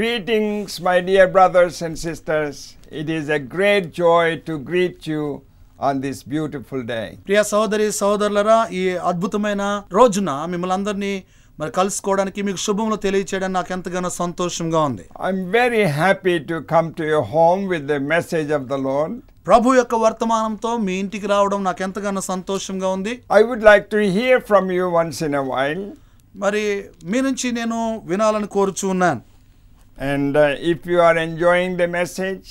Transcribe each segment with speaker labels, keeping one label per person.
Speaker 1: Greetings, my dear brothers and sisters. It is a great joy to greet you on this beautiful day.
Speaker 2: ప్రియ సహోదరి సహోదరులరా ఈ అద్భుతమైన రోజున మిమ్మల్ని అందరినీ మరి కలుసుకోవడానికి మీకు శుభములు తెలియచేయడానికి నాకు ఎంతగానో సంతోషంగా ఉంది
Speaker 1: I'm very happy to come to your home with the message of the Lord.
Speaker 2: ప్రభు యొక్క వర్తమానంతో మీ ఇంటికి రావడం నాకు ఎంతగానో సంతోషంగా ఉంది
Speaker 1: I would like to hear from you once in a while.
Speaker 2: మరి మీ నుంచి నేను వినాలని కోరుచు ఉన్నాను
Speaker 1: And uh, if you are enjoying the message,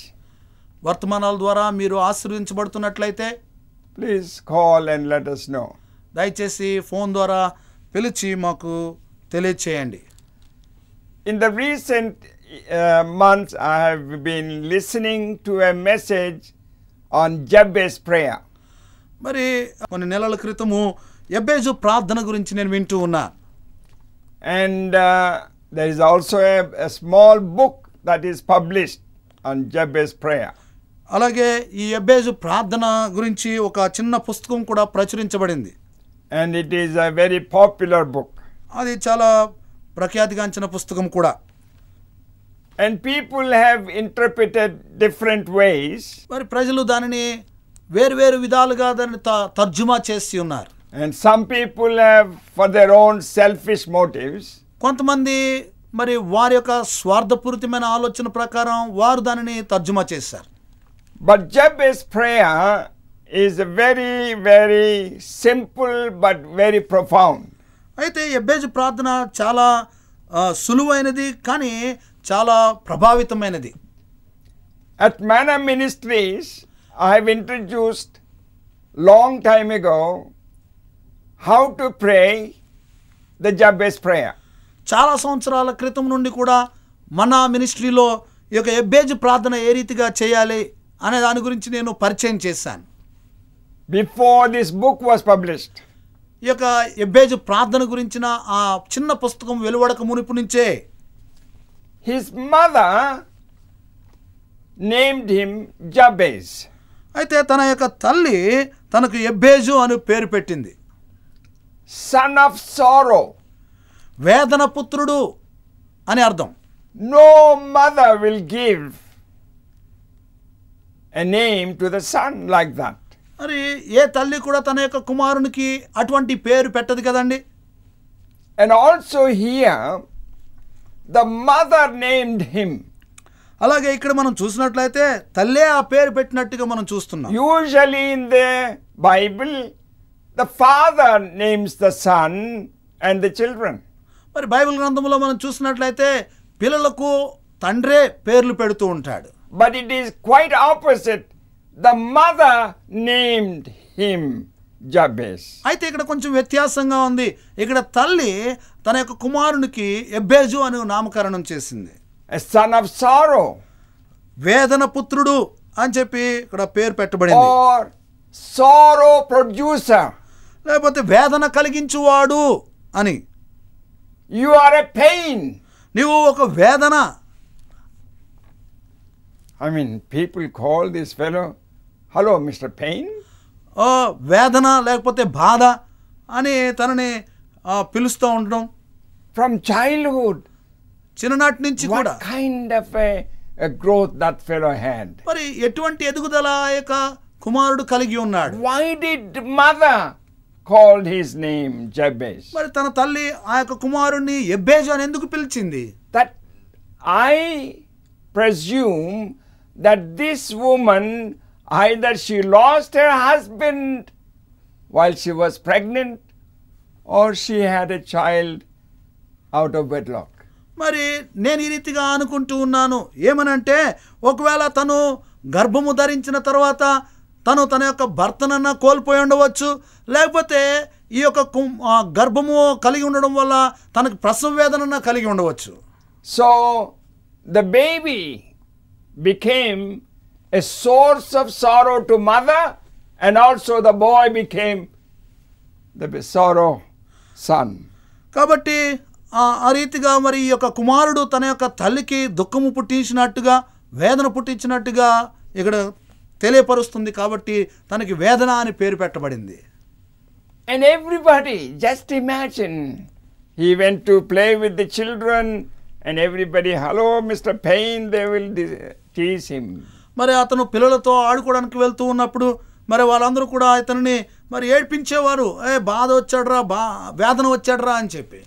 Speaker 2: వర్తమానాల ద్వారా మీరు ఆశీర్వదించబడుతున్నట్లయితే
Speaker 1: please call and let us know.
Speaker 2: దయచేసి ఫోన్ ద్వారా పిలిచి మాకు తెలియచేయండి
Speaker 1: In the recent uh, months, I have been listening to a message on Jabez prayer.
Speaker 2: మరి కొన్ని నెలల క్రితము ఎబ్బేజు ప్రార్థన గురించి నేను వింటూ ఉన్నాను
Speaker 1: And uh, there is also a, a small book that is published on Jabez prayer.
Speaker 2: అలాగే ఈ ఎబ్బేజు ప్రార్థన గురించి ఒక చిన్న పుస్తకం కూడా ప్రచురించబడింది
Speaker 1: And it is a very popular book.
Speaker 2: అది చాలా ప్రఖ్యాతిగాంచిన పుస్తకం కూడా
Speaker 1: And people have interpreted different ways.
Speaker 2: మరి ప్రజలు దానిని వేరువేరు విధాలుగా దాన్ని త- తర్జుమా చేసి ఉన్నారు
Speaker 1: And some people have, for their own selfish motives,
Speaker 2: కొంతమంది మరి వారి యొక్క స్వార్థపూరితమైన ఆలోచన ప్రకారం వారు దానిని తర్జుమా చేశారు
Speaker 1: but Jabez prayer is a very, very simple but very profound.
Speaker 2: అయితే ఎబ్బేజు ప్రార్థన చాలా ఆ, సులువైనది కానీ చాలా ప్రభావితమైనది
Speaker 1: At Mana Ministries, I have introduced long time ago how to pray the Jabez prayer.
Speaker 2: చాలా సంవత్సరాల క్రితం నుండి కూడా మన మినిస్ట్రీలో ఈ యొక్క ఎబ్బేజ్ ప్రార్థన ఏ రీతిగా చేయాలి అనే దాని గురించి నేను పరిచయం చేశాను
Speaker 1: Before this book was published,
Speaker 2: ఈ యొక్క ఎబ్బేజ్ ప్రార్థన గురించిన ఆ చిన్న పుస్తకం వెలువడక మునుపు నుంచే
Speaker 1: his mother named him Jabez.
Speaker 2: అయితే తన యొక్క తల్లి తనకు ఎబ్బేజు అని పేరు పెట్టింది
Speaker 1: son of sorrow.
Speaker 2: వేదన పుత్రుడు అని అర్థం
Speaker 1: No mother will give a name to the son like that.
Speaker 2: మరి ఏ తల్లి కూడా తన యొక్క కుమారునికి అటువంటి పేరు పెట్టదు కదండి
Speaker 1: And also here, the mother named him.
Speaker 2: అలాగే ఇక్కడ మనం చూసినట్లయితే తల్లే ఆ పేరు పెట్టినట్టుగా మనం చూస్తున్నాం
Speaker 1: Usually in the Bible, the father names the son and the children.
Speaker 2: మరి బైబిల్ గ్రంథంలో మనం చూసినట్లయితే పిల్లలకు తండ్రే పేర్లు పెడుతూ ఉంటాడు
Speaker 1: But it is quite opposite. The mother named him Jabez.
Speaker 2: అయితే ఇక్కడ కొంచెం వ్యత్యాసంగా ఉంది ఇక్కడ తల్లి తన యొక్క కుమారునికి ఎబ్బేజు అని నామకరణం చేసింది
Speaker 1: A son of sorrow.
Speaker 2: వేదన పుత్రుడు అని చెప్పి ఇక్కడ పేరు పెట్టబడింది
Speaker 1: or sorrow producer.
Speaker 2: లేకపోతే వేదన కలిగించువాడు అని
Speaker 1: You are a pain.
Speaker 2: నీవు ఒక వేదన
Speaker 1: I mean, people call this fellow, hello, Mr. Pain.
Speaker 2: ఆ, వేదన లేకపోతే బాధ అని తనని ఆ, పిలుస్తూ ఉండడం
Speaker 1: From childhood,
Speaker 2: చిన్ననాటి నుంచి కూడా
Speaker 1: what kind of a, a growth that fellow had?
Speaker 2: మరి ఎటువంటి ఎదుగుదల ఆ యొక్క కుమారుడు కలిగి ఉన్నాడు
Speaker 1: Why did mother call his name Jabez?
Speaker 2: మరి తన తల్లి ఆ యొక్క కుమారుణ్ణి ఎబ్బేజు అని ఎందుకు పిలిచింది
Speaker 1: That I presume that this woman either she lost her husband while she was pregnant or she had a child out of wedlock.
Speaker 2: మరి నేను ఈ రీతిగా అనుకుంటూ ఉన్నాను ఏమనంటే ఒకవేళ తను గర్భము ధరించిన తర్వాత తను తన యొక్క భర్తనన్నా కోల్పోయి ఉండవచ్చు లేకపోతే ఈ యొక్క కుం- ఆ గర్భము కలిగి ఉండడం వల్ల తనకు ప్రసవ వేదనన్నా కలిగి ఉండవచ్చు
Speaker 1: So the baby became a source of sorrow to mother and also the boy became the sorrow son.
Speaker 2: కాబట్టి ఆ ఆ రీతిగా మరి ఈ యొక్క కుమారుడు తన యొక్క తల్లికి దుఃఖము పుట్టించినట్టుగా వేదన పుట్టించినట్టుగా ఇక్కడ తెలియపరుస్తుంది కాబట్టి తనకి వేదన అని పేరు పెట్టబడింది
Speaker 1: And everybody, just imagine, he went to play with the children and everybody, hello, Mr. Payne, they will dis- tease him.
Speaker 2: మరి అతను పిల్లలతో ఆడుకోవడానికి వెళ్తూ ఉన్నప్పుడు మరి వాళ్ళందరూ కూడా ఇతనిని మరి ఏడ్పించేవారు ఏ బాధ వచ్చాడరా బా వేదన వచ్చాడరా అని చెప్పి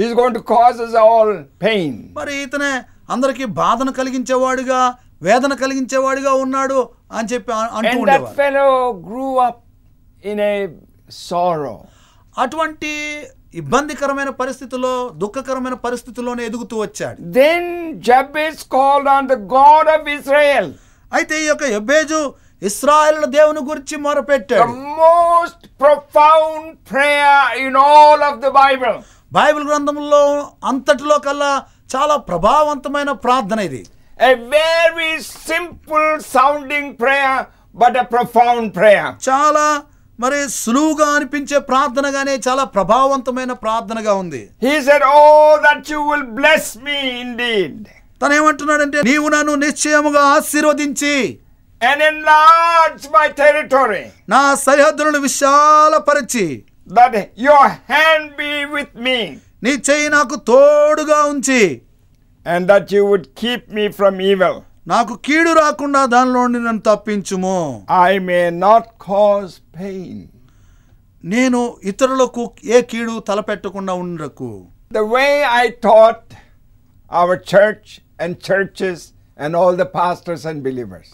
Speaker 1: He's going to cause us all pain.
Speaker 2: మరి ఇతనే అందరికీ బాధను కలిగించేవాడుగా వేదన కలిగించేవాడిగా ఉన్నాడు అని చెప్పి అ- అంటూ
Speaker 1: And that
Speaker 2: ఉండేవారు
Speaker 1: fellow grew up in a sorrow.
Speaker 2: అటువంటి ఇబ్బందికరమైన పరిస్థితిలో దుఃఖకరమైన పరిస్థితిలోనే ఎదుగుతూ వచ్చాడు
Speaker 1: Then Jabez called on the God of Israel,
Speaker 2: అయితే ఈ యొక్క ఎబ్బేజు ఇస్రాయేల్ దేవుని గురించి
Speaker 1: the
Speaker 2: మొరపెట్టాడు
Speaker 1: most profound prayer in all of the Bible.
Speaker 2: Bible గ్రంథంలో అంతటిలో కల్లా చాలా ప్రభావవంతమైన ప్రార్థన ఇది
Speaker 1: A very simple sounding prayer, but a profound prayer.
Speaker 2: చాలా మరి సులువుగా అనిపించే ప్రార్థనగానే చాలా ప్రభావవంతమైన ప్రార్థనగా ఉంది
Speaker 1: He said, Oh, that you will bless me indeed
Speaker 2: తను ఏమంటున్నాడంటే నీవు నన్ను నిశ్చయముగా ఆశీర్వదించి
Speaker 1: and enlarge my territory,
Speaker 2: నా సరిహద్దులను విశాలపరిచి
Speaker 1: that your hand be with me,
Speaker 2: నీ చేయి నాకు తోడుగా ఉంచి
Speaker 1: and that you would keep me from evil.
Speaker 2: నాకు కీడు రాకుండా దానిలో నుండి నన్ను తప్పించుము
Speaker 1: I may not cause pain.
Speaker 2: నేను ఇతరులకు ఏ కీడు తలపెట్టకుండా ఉండకు
Speaker 1: The way I taught our church and churches and all the pastors and believers.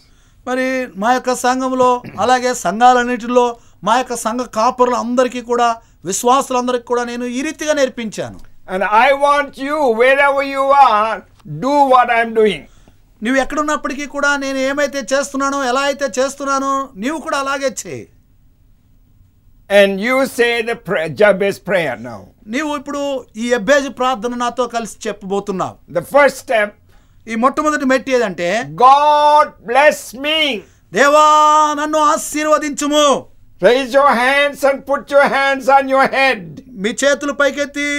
Speaker 2: మరి మా యొక్క సంఘంలో అలాగే సంఘాలన్నిటిలో మా యొక్క సంఘ కాపరులు అందరికీ కూడా విశ్వాసులందరికీ కూడా నేను ఈ రీతిగా నేర్పించాను
Speaker 1: And I want you, wherever you are, do what I'm doing.
Speaker 2: నువ్వు ఎక్కడున్నప్పటికీ కూడా నేను ఏమైతే చేస్తున్నానో ఎలా అయితే చేస్తున్నానో నీవు కూడా అలాగే చేయి
Speaker 1: And you say the pra- Jabez prayer now.
Speaker 2: నీవు ఇప్పుడు ఈ ఎబ్బేజు ప్రార్థన నాతో కలిసి చెప్పబోతున్నావు
Speaker 1: The first step
Speaker 2: ఈ మొట్టమొదటి మెట్టి ఏదంటే
Speaker 1: God bless me.
Speaker 2: దేవా నన్ను ఆశీర్వదించుము
Speaker 1: Raise your hands and put your hands on your head.
Speaker 2: మీ చేతులు పైకెత్తి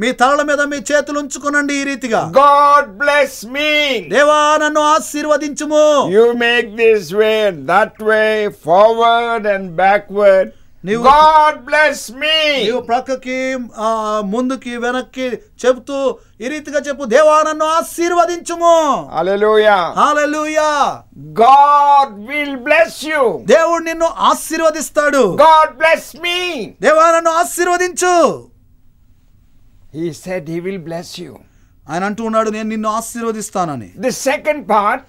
Speaker 2: మీ తలల మీద మీ చేతులు ఉంచుకునండి ఈ రీతిగా
Speaker 1: God bless me.
Speaker 2: దేవా నన్ను ఆశీర్వదించుము
Speaker 1: You make this way and that way, forward and backward.
Speaker 2: New-
Speaker 1: God bless me.
Speaker 2: నీవు ప్రక్కకి ఆ, ముందుకి వెనక్కి చెబుతూ ఈ రీతిగా చెప్పు దేవా నన్ను ఆశీర్వదించుము
Speaker 1: Hallelujah.
Speaker 2: Hallelujah
Speaker 1: God will bless you.
Speaker 2: దేవుడు నిన్ను ఆశీర్వదిస్తాడు
Speaker 1: God bless me.
Speaker 2: దేవా నన్ను ఆశీర్వదించు
Speaker 1: He said he will bless you.
Speaker 2: ఆయన అంటూ ఉన్నాడు నేను నిన్ను ఆశీర్వదిస్తానని
Speaker 1: The second part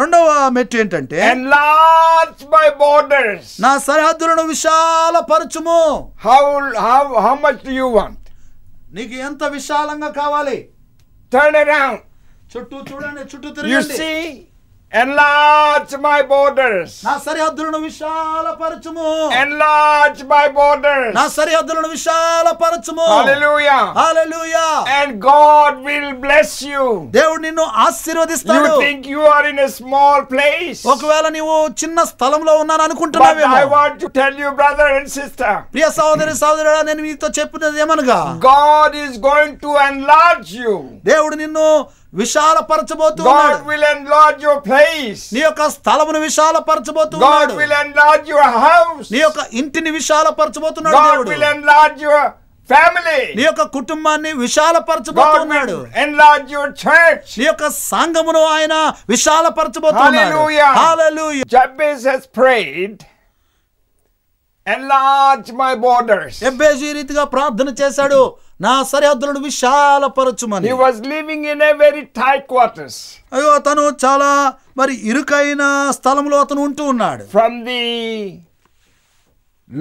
Speaker 2: రెండవ మెట్టు ఏంటంటే
Speaker 1: enlarge my borders.
Speaker 2: నా సరిహద్దులను విశాలపరచుము
Speaker 1: How, how, how much do you want?
Speaker 2: నీకు ఎంత విశాలంగా కావాలి
Speaker 1: Turn around.
Speaker 2: చుట్టూ చూడండి చుట్టూ
Speaker 1: You
Speaker 2: తిరిగి
Speaker 1: see, enlarge my borders.
Speaker 2: నా సరిహద్దులను విశాలపరచుము
Speaker 1: Enlarge my borders.
Speaker 2: నా సరిహద్దులను విశాలపరచుము Ah.
Speaker 1: Hallelujah.
Speaker 2: Hallelujah
Speaker 1: And God will bless you.
Speaker 2: దేవుడు నిన్ను ఆశీర్వదిస్తాడు
Speaker 1: You think you are in a small place.
Speaker 2: ఒకవేళ నీవు చిన్న స్థలంలో ఉన్నాను
Speaker 1: But I
Speaker 2: అనుకుంటున్నావేమో
Speaker 1: want to tell you, brother and sister,
Speaker 2: ప్రియ సహోదరి సహోదరుడా నేను మీతో చెప్పినది ఏమనగా
Speaker 1: God is going to enlarge you.
Speaker 2: దేవుడు నిన్ను విశాలపరచబోతూ
Speaker 1: God
Speaker 2: ఉన్నాడు
Speaker 1: will enlarge your place.
Speaker 2: నీ యొక్క స్థలమును విశాలపరచబోతూ
Speaker 1: God
Speaker 2: ఉన్నాడు
Speaker 1: will enlarge your house.
Speaker 2: నీ యొక్క ఇంటిని విశాలపరచబోతున్నాడు
Speaker 1: God
Speaker 2: దేవుడు
Speaker 1: will enlarge your
Speaker 2: నీ
Speaker 1: family.
Speaker 2: యొక్క కుటుంబాన్ని
Speaker 1: God
Speaker 2: విశాలపరచబోతున్నాడు
Speaker 1: will enlarge your church.
Speaker 2: నీ యొక్క సంఘమును ఆయన విశాలపరచబోతున్నాడు
Speaker 1: Hallelujah.
Speaker 2: Hallelujah
Speaker 1: Jabez has prayed, enlarge my borders.
Speaker 2: ఎబ్బేజు ఈ రీతిగా ప్రార్థన చేశాడు నా సరిహద్దులను విశాలపరచుమని
Speaker 1: He was living in a very tight quarters.
Speaker 2: అయ్యో అతను చాలా మరి ఇరుకైన స్థలంలో అతను ఉంటూ ఉన్నాడు
Speaker 1: From the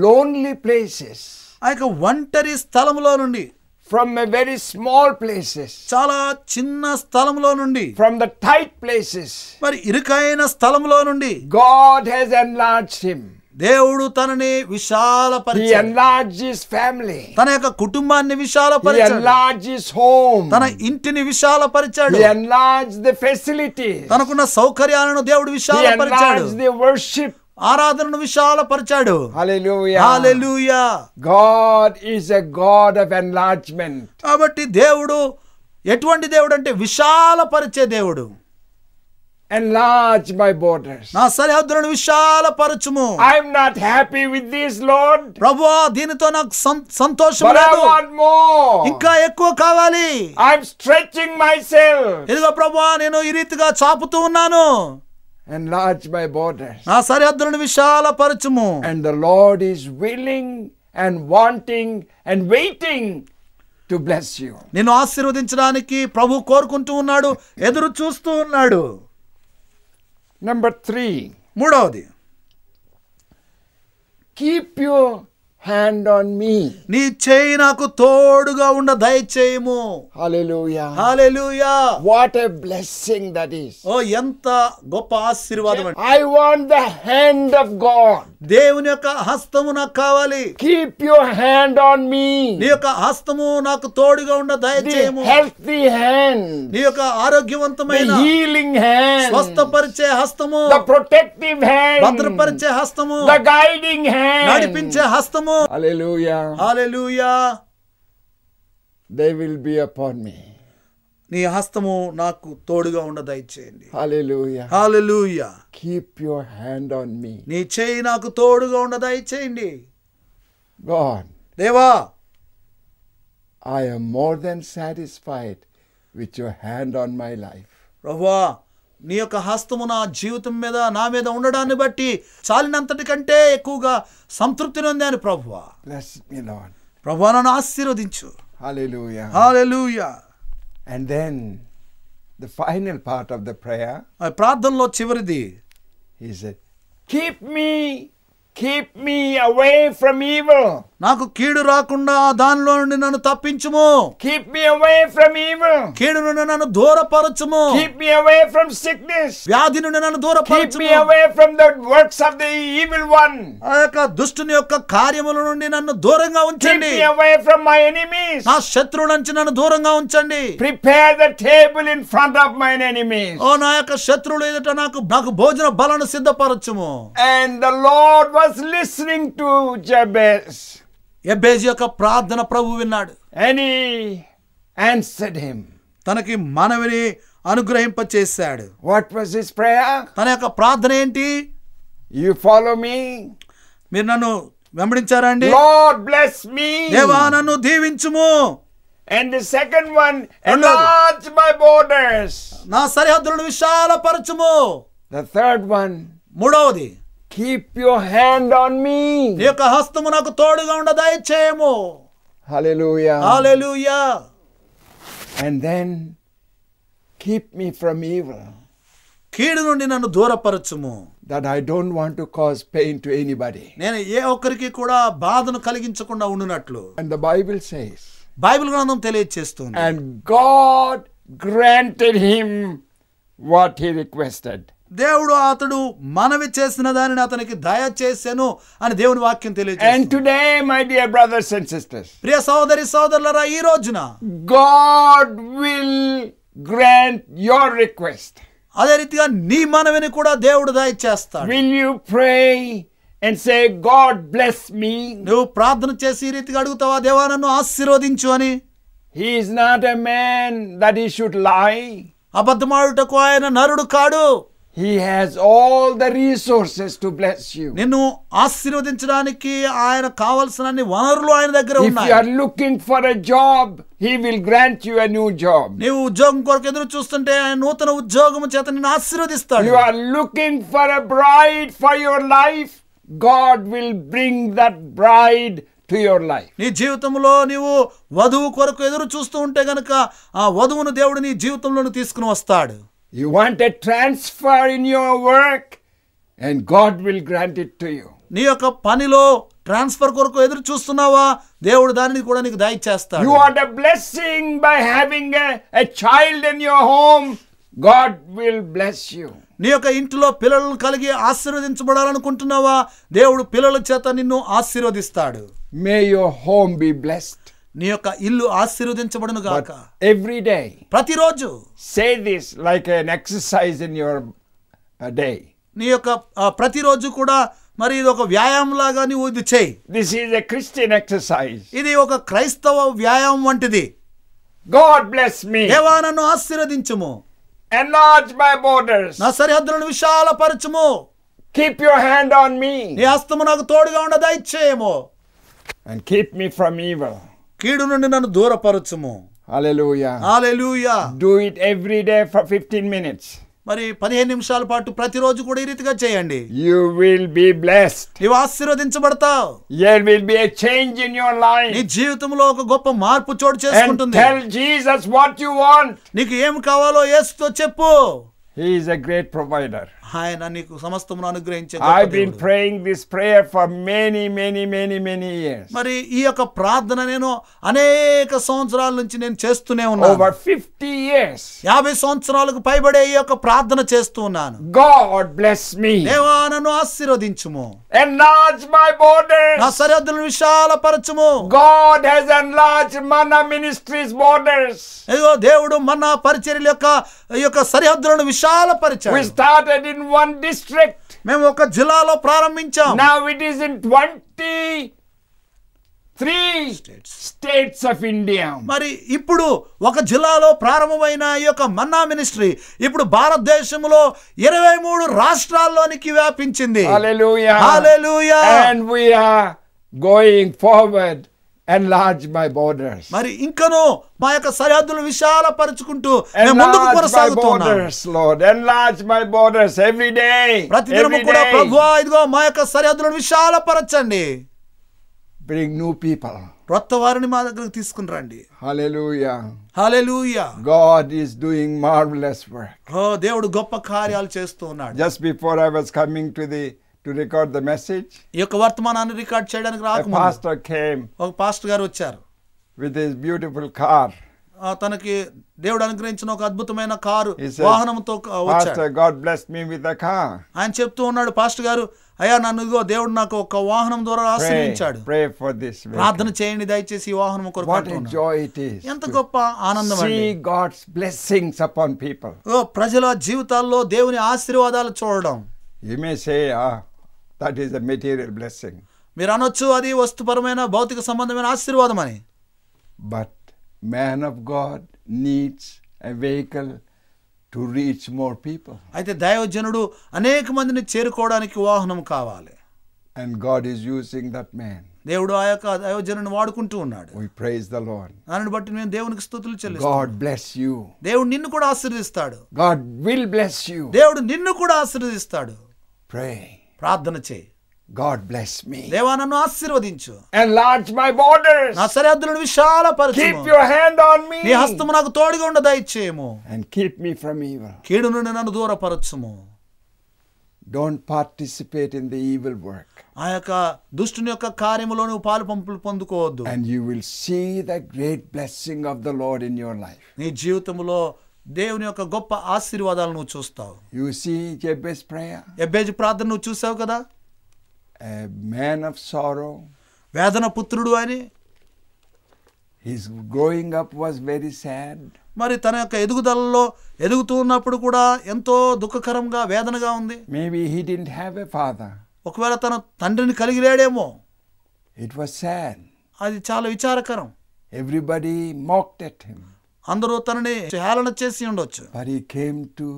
Speaker 1: lonely places,
Speaker 2: ఆ యొక్క ఒంటరి స్థలంలో నుండి
Speaker 1: from a very small places,
Speaker 2: చాలా చిన్న స్థలంలో నుండి
Speaker 1: from the tight places,
Speaker 2: మరి ఇరుకైన స్థలంలో నుండి
Speaker 1: God has enlarged him.
Speaker 2: దేవుడు తనని
Speaker 1: He
Speaker 2: విశాలపరిచాడు
Speaker 1: enlarged his family.
Speaker 2: తన యొక్క కుటుంబాన్ని
Speaker 1: He
Speaker 2: విశాలపరిచాడు
Speaker 1: enlarged his home.
Speaker 2: తన ఇంటిని విశాలపరిచాడు
Speaker 1: He enlarged the facilities.
Speaker 2: తనకున్న సౌకర్యాలను దేవుడు
Speaker 1: He
Speaker 2: విశాలపరిచాడు
Speaker 1: enlarged the worship.
Speaker 2: ఆరాధనను విశాలపరిచాడు
Speaker 1: Hallelujah.
Speaker 2: Hallelujah
Speaker 1: God is a God of enlargement.
Speaker 2: కాబట్టి దేవుడు ఎటువంటి దేవుడు అంటే విశాలపరిచే దేవుడు
Speaker 1: enlarge my borders.
Speaker 2: నా సరిహద్దులను విశాలపరచుము
Speaker 1: I'm not happy with this, Lord,
Speaker 2: ప్రభువా దీనితో నాకు సం- సంతోషం
Speaker 1: but I
Speaker 2: లేదు
Speaker 1: want more.
Speaker 2: ఇంకా ఎక్కువ కావాలి
Speaker 1: I'm stretching myself.
Speaker 2: ఇదిగో ప్రభువా నేను ఈ రీతిగా చాపుతూ ఉన్నాను
Speaker 1: Enlarge my borders.
Speaker 2: నా సరిహద్దులను విశాలపరచుము
Speaker 1: And the Lord is willing and wanting and waiting to bless you.
Speaker 2: నిన్ను ఆశీర్వదించడానికి ప్రభు కోరుకుంటూ ఉన్నాడు ఎదురు చూస్తూ ఉన్నాడు
Speaker 1: Number three,
Speaker 2: మూడవది
Speaker 1: keep your hand on me.
Speaker 2: నీ చేయి నాకు తోడుగా ఉండ దయచేయము
Speaker 1: Hallelujah.
Speaker 2: Hallelujah
Speaker 1: What a blessing that is.
Speaker 2: ఓ ఎంత గొప్ప ఆశీర్వాదం అండి
Speaker 1: I want the hand of God.
Speaker 2: దేవుని యొక్క హస్తము నాకు కావాలి
Speaker 1: Keep your hand on
Speaker 2: నీ
Speaker 1: me.
Speaker 2: యొక్క హస్తము నాకు తోడుగా ఉండ
Speaker 1: The
Speaker 2: దయచేయము
Speaker 1: healthy hand,
Speaker 2: నీ యొక్క ఆరోగ్యవంతమైన
Speaker 1: the healing hand, the
Speaker 2: స్వస్థపరిచే హస్తము
Speaker 1: protective hand, the
Speaker 2: భద్రపరిచే హస్తము
Speaker 1: guiding hand.
Speaker 2: నడిపించే హస్తము
Speaker 1: Hallelujah.
Speaker 2: Hallelujah
Speaker 1: They will be upon me.
Speaker 2: నీ హస్తము నాకు తోడుగా ఉండ దయచేయండి
Speaker 1: Hallelujah.
Speaker 2: Hallelujah
Speaker 1: Keep your hand on me.
Speaker 2: నీ చేయి నాకు తోడుగా ఉండ దయచేయండి
Speaker 1: God,
Speaker 2: దేవా
Speaker 1: I am more than satisfied with your hand on my life.
Speaker 2: ప్రభువా నీ యొక్క హస్తము నా జీవితం మీద నా మీద ఉండడాన్ని బట్టి చాలినంతటి కంటే ఎక్కువగా సంతృప్తి నొందాను ప్రభువా
Speaker 1: Bless me, Lord.
Speaker 2: ప్రభువా నన్ను ఆశీర్వదించు
Speaker 1: Hallelujah.
Speaker 2: Hallelujah
Speaker 1: And then the final part of the prayer,
Speaker 2: ఆ ప్రార్థనలో చివరిది
Speaker 1: he said, Keep me, keep me away from evil.
Speaker 2: నాకు కీడు రాకుండా దానిలో నుండి నన్ను తప్పించుము
Speaker 1: Keep me away from evil.
Speaker 2: కీడు నుండి నన్ను దూరపరచుము
Speaker 1: Keep me away from sickness.
Speaker 2: వ్యాధి నుండి నన్ను
Speaker 1: Keep
Speaker 2: దూరపరచుము
Speaker 1: me away from the works of the evil one.
Speaker 2: ఆ యొక్క దుష్టుని యొక్క కార్యముల నుండి నన్ను దూరంగా
Speaker 1: Keep
Speaker 2: ఉంచండి
Speaker 1: me away from my enemies.
Speaker 2: నా శత్రువు నుంచి నన్ను దూరంగా ఉంచండి
Speaker 1: Prepare the table in front of mine enemies.
Speaker 2: ఓ నా యొక్క శత్రువులు ఎదుట నాకు నాకు భోజన బలను సిద్ధపరచుము
Speaker 1: And the Lord was listening to Jabez
Speaker 2: ఎబ్బేజీ యొక్క ప్రార్థన ప్రభు విన్నాడు
Speaker 1: and he answered him.
Speaker 2: తనకి మనవిని అనుగ్రహింపచేశాడు
Speaker 1: What was his prayer?
Speaker 2: తన యొక్క ప్రార్థన ఏంటి
Speaker 1: You follow me?
Speaker 2: మీరు నన్ను వెంబడించారా అండి
Speaker 1: Lord bless me.
Speaker 2: దేవా నన్ను దీవించుము
Speaker 1: And the second one,
Speaker 2: Another.
Speaker 1: enlarge my borders.
Speaker 2: నా సరిహద్దులను విశాలపరచుము
Speaker 1: The third one,
Speaker 2: మూడవది
Speaker 1: keep your hand on
Speaker 2: నీ
Speaker 1: me.
Speaker 2: యొక్క హస్తము నాకు తోడుగా ఉండ దయచేయము
Speaker 1: Hallelujah.
Speaker 2: Hallelujah
Speaker 1: And then, keep me from evil,
Speaker 2: కీడు నుండి నన్ను దూరపరచుము
Speaker 1: that I don't want to cause pain to anybody.
Speaker 2: నేను ఏ ఒక్కరికి కూడా బాధను కలిగించకుండా ఉండునట్లు
Speaker 1: And the Bible says,
Speaker 2: Bible గ్రంథం తెలియజేస్తుంది
Speaker 1: And God granted him what he requested.
Speaker 2: దేవుడు అతడు మనవి చేసిన దానిని అతనికి దయచేసాను అని దేవుని వాక్యం
Speaker 1: And
Speaker 2: తెలియజేస్తుంది
Speaker 1: today, my dear brothers and sisters,
Speaker 2: ప్రియ సహోదరి సోదరులరా ఈ రోజున
Speaker 1: God will grant your request.
Speaker 2: అదే రీతిగా నీ మనవిని కూడా దేవుడు దయచేస్తాడు
Speaker 1: Will you pray and say, God bless me?
Speaker 2: నువ్వు ప్రార్థన చేసి ఈ రీతిగా అడుగుతావా దేవా నన్ను ఆశీర్వదించు అని
Speaker 1: He is not a man that he should lie.
Speaker 2: అబద్ధమాడుటకు ఆయన నరుడు కాడు
Speaker 1: He has all the resources to bless you.
Speaker 2: నిన్ను ఆశీర్వదించడానికి ఆయన కావలసిన అన్ని వనరులు ఆయన దగ్గర
Speaker 1: If you
Speaker 2: ఉన్నాయి
Speaker 1: are looking for a job, he will grant you a new job.
Speaker 2: నీవు ఉద్యోగం కొరకు ఎదురు చూస్తుంటే ఆయన నూతన ఉద్యోగం చేత నిన్ను ఆశీర్వదిస్తాడు
Speaker 1: You are looking for a bride for your life, God will bring that bride to your life.
Speaker 2: నీ జీవితంలో నీవు వధువు కొరకు ఎదురు చూస్తూ ఉంటే గనక ఆ వధువును దేవుడు నీ జీవితంలోని తీసుకుని వస్తాడు
Speaker 1: You want a transfer in your work, and God will grant it to you.
Speaker 2: నీ యొక్క పనిలో ట్రాన్స్ఫర్ కొరకు ఎదురు చూస్తున్నావా దేవుడు దానిని కూడా నీకు దయచేస్తాడు
Speaker 1: You want a blessing by having a, a child in your home, God will bless you.
Speaker 2: నీ యొక్క ఇంటిలో పిల్లలను కలిగి ఆశీర్వదించబడాలనుకుంటున్నావా దేవుడు పిల్లల చేత నిన్ను ఆశీర్వదిస్తాడు
Speaker 1: May your home be blessed.
Speaker 2: నీ యొక్క ఇల్లు ఆశీర్వదించబడును గాక
Speaker 1: Every day,
Speaker 2: ప్రతిరోజు
Speaker 1: say this like an exercise in your uh, day.
Speaker 2: నీ యొక్క ఆ, ప్రతిరోజు కూడా మరి ఇది ఒక వ్యాయామం లాగా నీవు ఇది చేయి
Speaker 1: This is a Christian exercise.
Speaker 2: ఇది ఒక క్రైస్తవ వ్యాయామం వంటిది
Speaker 1: God bless me.
Speaker 2: దేవా నన్ను ఆశీర్వదించుము
Speaker 1: enlarge my borders.
Speaker 2: నా సరిహద్దులను విశాలపరచుము
Speaker 1: Keep your hand on
Speaker 2: నీ
Speaker 1: me
Speaker 2: హస్తము నాకు తోడుగా ఉండ దయచేయము
Speaker 1: and keep me from evil.
Speaker 2: కీడు నుండి నన్ను దూరపరచుము Ah.
Speaker 1: Hallelujah.
Speaker 2: Hallelujah
Speaker 1: Do it every day for 15 minutes.
Speaker 2: మరి పదిహేను నిమిషాల పాటు ప్రతిరోజు కూడా ఈ రీతిగా చేయండి
Speaker 1: You will be blessed.
Speaker 2: నీవు ఆశీర్వదించబడతావు
Speaker 1: There will be a change in your
Speaker 2: నీ
Speaker 1: life.
Speaker 2: జీవితంలో ఒక గొప్ప మార్పు చోటు
Speaker 1: And
Speaker 2: చేసుకుంటుంది
Speaker 1: tell Jesus what you want.
Speaker 2: నీకు ఏం కావాలో యేసుతో చెప్పు
Speaker 1: He is a great provider.
Speaker 2: ఆయన నీకు సమస్తమును అనుగ్రహించే గొప్ప
Speaker 1: I've been
Speaker 2: దేవుడు.
Speaker 1: praying this prayer for many, many, many, many years.
Speaker 2: మరి ఈ యొక్క ప్రార్థన నేను అనేక సంవత్సరాల నుంచి నేను చేస్తూనే
Speaker 1: Over
Speaker 2: ఉన్నాను
Speaker 1: 50 years.
Speaker 2: యాభై సంవత్సరాలకు పైబడే ఈ యొక్క ప్రార్థన చేస్తూ ఉన్నాను
Speaker 1: God bless me.
Speaker 2: దేవా నన్ను ఆశీర్వదించుము
Speaker 1: Enlarge my
Speaker 2: నా
Speaker 1: borders.
Speaker 2: సరిహద్దులను విశాలపరచుము
Speaker 1: God has enlarged Mana Ministries borders.
Speaker 2: ఇదిగో దేవుడు మన పరిచర్యల యొక్క ఈ యొక్క సరిహద్దులను
Speaker 1: We
Speaker 2: విశాలపరిచాడు
Speaker 1: started in one district.
Speaker 2: మేము ఒక జిల్లాలో ప్రారంభించాం
Speaker 1: Now it is in 23 states of India.
Speaker 2: మరి ఇప్పుడు ఒక జిల్లాలో ప్రారంభమైన ఈ యొక్క మన్నా మినిస్ట్రీ ఇప్పుడు భారతదేశంలో ఇరవై మూడు రాష్ట్రాల్లోనికి వ్యాపించింది
Speaker 1: Hallelujah.
Speaker 2: Hallelujah.
Speaker 1: And we are going forward. Enlarge my borders.
Speaker 2: మరి ఇంకను మా యొక్క సరిహద్దులు విశాలపరచుకుంటూ మేము ముందుకు
Speaker 1: Enlarge my
Speaker 2: కొనసాగుతున్నాం
Speaker 1: borders, Lord. Enlarge my borders every day.
Speaker 2: ప్రతిదినము
Speaker 1: Every
Speaker 2: కూడా ప్రభు
Speaker 1: day.
Speaker 2: ఇదిగో మా యొక్క సరిహద్దులను విశాలపరచండి
Speaker 1: Bring new people.
Speaker 2: క్రొత్త వారిని మా దగ్గరకు తీసుకుని రండి
Speaker 1: Hallelujah.
Speaker 2: Hallelujah
Speaker 1: God is doing marvelous work.
Speaker 2: ఓ దేవుడు గొప్ప కార్యాలు చేస్తూ ఉన్నాడు
Speaker 1: Just before I was coming to the to record the message,
Speaker 2: ఈ యొక్క వర్తమానాన్ని రికార్డ్ చేయడానికి
Speaker 1: a
Speaker 2: రాకముందు
Speaker 1: pastor came
Speaker 2: ఒక పాస్టర్ గారు వచ్చారు
Speaker 1: with his beautiful car.
Speaker 2: ఆ, తనకి దేవుడు అనుగ్రహించిన ఒక అద్భుతమైన కారు
Speaker 1: He said,
Speaker 2: వాహనంతో క- వచ్చాడు
Speaker 1: Pastor, God blessed me with a car.
Speaker 2: ఆయన చెప్తూ ఉన్నాడు పాస్టర్ గారు అయ్యా నన్ను ఇదిగో దేవుడు నాకు ఒక వాహనం ద్వారా
Speaker 1: Pray,
Speaker 2: ఆశ్రయించాడు
Speaker 1: pray for this. vehicle."
Speaker 2: ప్రార్థన చేయండి దయచేసి ఈ వాహనం కొరకు
Speaker 1: What
Speaker 2: అంటూ
Speaker 1: a
Speaker 2: ఉన్నాడు.
Speaker 1: joy it is.
Speaker 2: ఎంత
Speaker 1: to
Speaker 2: గొప్ప ఆనందం అండి
Speaker 1: See God's blessings upon people.
Speaker 2: ఓ, ప్రజల జీవితాల్లో దేవుని ఆశీర్వాదాలు చూడడం
Speaker 1: You may say, ah, that is a material blessing.
Speaker 2: మీరు అనొచ్చు అది వస్తుపరమైన భౌతిక సంబంధమైన ఆశీర్వాదం అని
Speaker 1: But man of God needs a vehicle to reach more people.
Speaker 2: అయితే దైవజనుడు అనేక మందిని చేరుకోవడానికి వాహనం కావాలి
Speaker 1: And God is using that man.
Speaker 2: దేవుడు ఆ యొక్క దైవజనుని వాడుకుంటూ ఉన్నాడు
Speaker 1: We praise the Lord.
Speaker 2: దానిని బట్టి మేము దేవునికి స్థుతులు చెల్లిస్తాం
Speaker 1: God bless you.
Speaker 2: దేవుడు నిన్ను కూడా ఆశీర్దిస్తాడు
Speaker 1: God will bless you.
Speaker 2: దేవుడు నిన్ను కూడా ఆశీర్వదిస్తాడు
Speaker 1: Pray.
Speaker 2: ప్రార్థన చేయి
Speaker 1: God bless me.
Speaker 2: దేవా నన్ను ఆశీర్వదించు
Speaker 1: Enlarge my borders.
Speaker 2: నా సరిహద్దులను విశాలపరచు
Speaker 1: Keep your hand on
Speaker 2: నీ
Speaker 1: me.
Speaker 2: హస్తము నాకు తోడుగా ఉండ దయచేయము
Speaker 1: And keep me from evil.
Speaker 2: కీడు నుండి నన్ను దూరపరచుము
Speaker 1: Don't participate in the evil work.
Speaker 2: ఆ యొక్క దుష్టుని యొక్క కార్యములో నువ్వు పాలు పంపులు పొందుకోవద్దు
Speaker 1: And you will see the great blessing of the Lord in your life.
Speaker 2: నీ జీవితంలో దేవుని యొక్క గొప్ప ఆశీర్వాదాలు నువ్వు చూస్తావు
Speaker 1: You see Jabez's prayer?
Speaker 2: ఎబ్బేజు ప్రార్థన నువ్వు చూసావు కదా
Speaker 1: A man of sorrow.
Speaker 2: వేదన పుత్రుడు అని
Speaker 1: His growing up was very sad.
Speaker 2: మరి తన యొక్క ఎదుగుదలలో ఎదుగుతూ ఉన్నప్పుడు కూడా ఎంతో దుఃఖకరంగా వేదనగా ఉంది
Speaker 1: Maybe he didn't have a father.
Speaker 2: ఒకవేళ తన తండ్రిని కలిగి లేడేమో
Speaker 1: It was sad.
Speaker 2: అది చాలా విచారకరం
Speaker 1: Everybody mocked at him.
Speaker 2: అందరూ తనని హేళన చేసి ఉండొచ్చు
Speaker 1: But he came to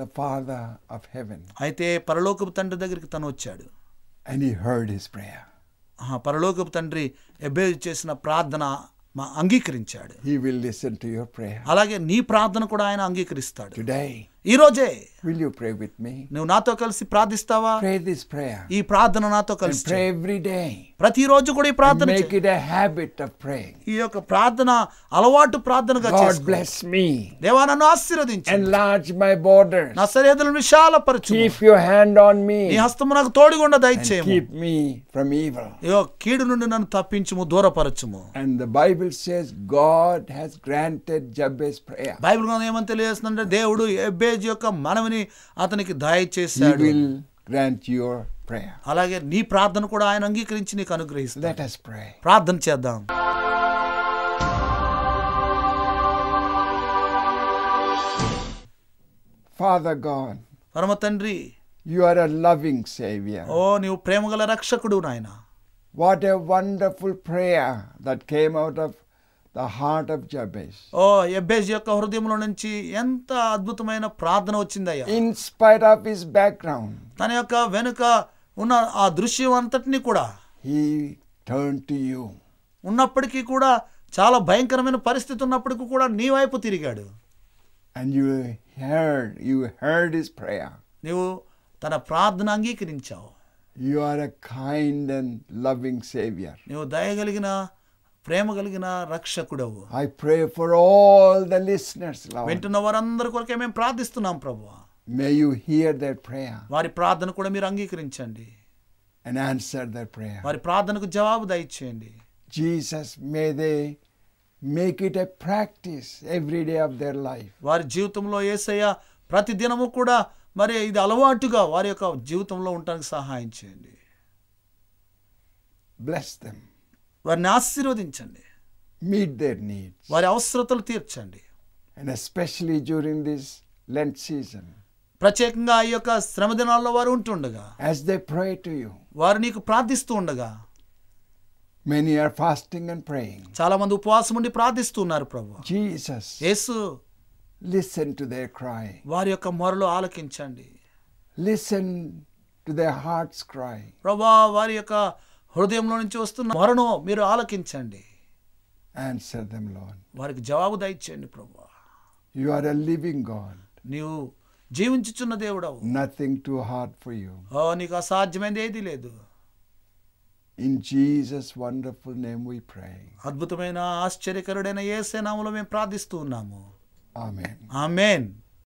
Speaker 1: the Father of heaven
Speaker 2: అయితే పరలోకపు తండ్రి దగ్గరికి తను వచ్చాడు
Speaker 1: and he heard his prayer.
Speaker 2: ఆ పరలోకపు తండ్రి ఎబ్బేజు చేసిన ప్రార్థన మా అంగీకరించాడు
Speaker 1: He will listen to your prayer.
Speaker 2: అలాగే నీ ప్రార్థన కూడా ఆయన అంగీకరిస్తాడు
Speaker 1: Today,
Speaker 2: ఈ రోజే
Speaker 1: will you pray with me?
Speaker 2: నువ్వు నాతో కలిసి ప్రార్థిస్తావా
Speaker 1: Pray this prayer
Speaker 2: ఈ ప్రార్థన నాతో
Speaker 1: and
Speaker 2: కలిసి
Speaker 1: pray every day.
Speaker 2: ప్రతిరోజు కూడా ఈ
Speaker 1: And
Speaker 2: ప్రార్థన
Speaker 1: make
Speaker 2: చేయి.
Speaker 1: it a habit of praying.
Speaker 2: ఈ యొక్క ప్రార్థన అలవాటు ప్రార్థనగా
Speaker 1: God
Speaker 2: చేసుకో
Speaker 1: bless me.
Speaker 2: దేవా నన్ను ఆశీర్వదించు
Speaker 1: Enlarge my borders.
Speaker 2: నా సరిహద్దులను విశాలపరచు
Speaker 1: Keep your hand on
Speaker 2: నీ
Speaker 1: me.
Speaker 2: హస్తము నాకు తోడిగుండ
Speaker 1: and
Speaker 2: దయచేయము
Speaker 1: keep me from evil.
Speaker 2: అయ్యో కీడు నుండి నన్ను తప్పించుము దూరపరచుము
Speaker 1: And the Bible says God has granted Jabez's prayer.
Speaker 2: Bible గ్రంథం ఏమని తెలియజేస్తుందంటే దేవుడు ఎబ్బేజ్ యొక్క మనవిని అతనికి
Speaker 1: He
Speaker 2: దయచేశాడు
Speaker 1: will grant your prayer.
Speaker 2: అలాగే నీ ప్రార్థన కూడా ఆయన అంగీకరించి నీకు అనుగ్రహిస్తాడు
Speaker 1: Let us pray.
Speaker 2: ప్రార్థన చేద్దాం
Speaker 1: Father God,
Speaker 2: పరమ తండ్రి
Speaker 1: you are a loving Savior.
Speaker 2: ఓ నీవు ప్రేమగల రక్షకుడు నాయన
Speaker 1: What a wonderful prayer that came out of the heart of Jabez.
Speaker 2: ఓ ఎబ్బేజ్ యొక్క హృదయంలో నుంచి ఎంత అద్భుతమైన ప్రార్థన వచ్చిందయ్యా
Speaker 1: In spite of his background,
Speaker 2: తన యొక్క వెనుక ఉన్న ఆ దృశ్యం అంతటినీ కూడా
Speaker 1: he turned to you.
Speaker 2: ఉన్నప్పటికీ కూడా చాలా భయంకరమైన పరిస్థితి ఉన్నప్పటికీ కూడా నీ వైపు తిరిగాడు
Speaker 1: And you heard, you heard his prayer.
Speaker 2: నీవు తన ప్రార్థన అంగీకరించావు
Speaker 1: You are a kind and loving Savior.
Speaker 2: నీవు దయగలిగిన ప్రేమ కలిగిన రక్షకుడవు
Speaker 1: I pray for all the listeners, Lord.
Speaker 2: వింటున్న వారందరి కొరకే మేము ప్రార్థిస్తున్నాం ప్రభు
Speaker 1: May you hear their prayer
Speaker 2: వారి ప్రార్థన కూడా మీరు అంగీకరించండి
Speaker 1: and answer their prayer.
Speaker 2: వారి ప్రార్థనకు జవాబు దయచేయండి
Speaker 1: Jesus, may they make it a practice every day of their life.
Speaker 2: వారి జీవితంలో ఏసయ్య ప్రతి దినము కూడా మరి ఇది అలవాటుగా వారి యొక్క జీవితంలో ఉండడానికి సహాయం చేయండి
Speaker 1: Bless them.
Speaker 2: వారిని ఆశీర్వదించండి
Speaker 1: Meet their needs.
Speaker 2: వారి అవసరతలు తీర్చండి
Speaker 1: And especially during this Lent season,
Speaker 2: ప్రత్యేకంగా ఈ యొక్క శ్రమ దినాల్లో వారు ఉంటుండగా
Speaker 1: as they pray to you,
Speaker 2: వారు నీకు ప్రార్థిస్తూ ఉండగా
Speaker 1: many are fasting and praying.
Speaker 2: చాలా మంది ఉపవాసం ఉండి ప్రార్థిస్తున్నారు ప్రభు
Speaker 1: Jesus,
Speaker 2: Yesu
Speaker 1: listen to their cry.
Speaker 2: వారి యొక్క మొరలు ఆలకించండి
Speaker 1: Listen to their heart's cry
Speaker 2: ప్రభా వారి యొక్క హృదయంలో నుంచి వస్తున్న మొరను మీరు ఆలకించండి
Speaker 1: Answer them, Lord.
Speaker 2: వారికి జవాబు దయచేయండి ప్రభా
Speaker 1: You are a living God,
Speaker 2: నీవు జీవించుచున్న దేవుడవు
Speaker 1: nothing too hard for you.
Speaker 2: ఓ నీకు అసాధ్యమైనది ఏది లేదు
Speaker 1: In Jesus' wonderful name we pray.
Speaker 2: అద్భుతమైన ఆశ్చర్యకరుడైన ఏ సేనాములో మేము ప్రార్థిస్తూ ఉన్నాము
Speaker 1: Amen.
Speaker 2: ఆమెన్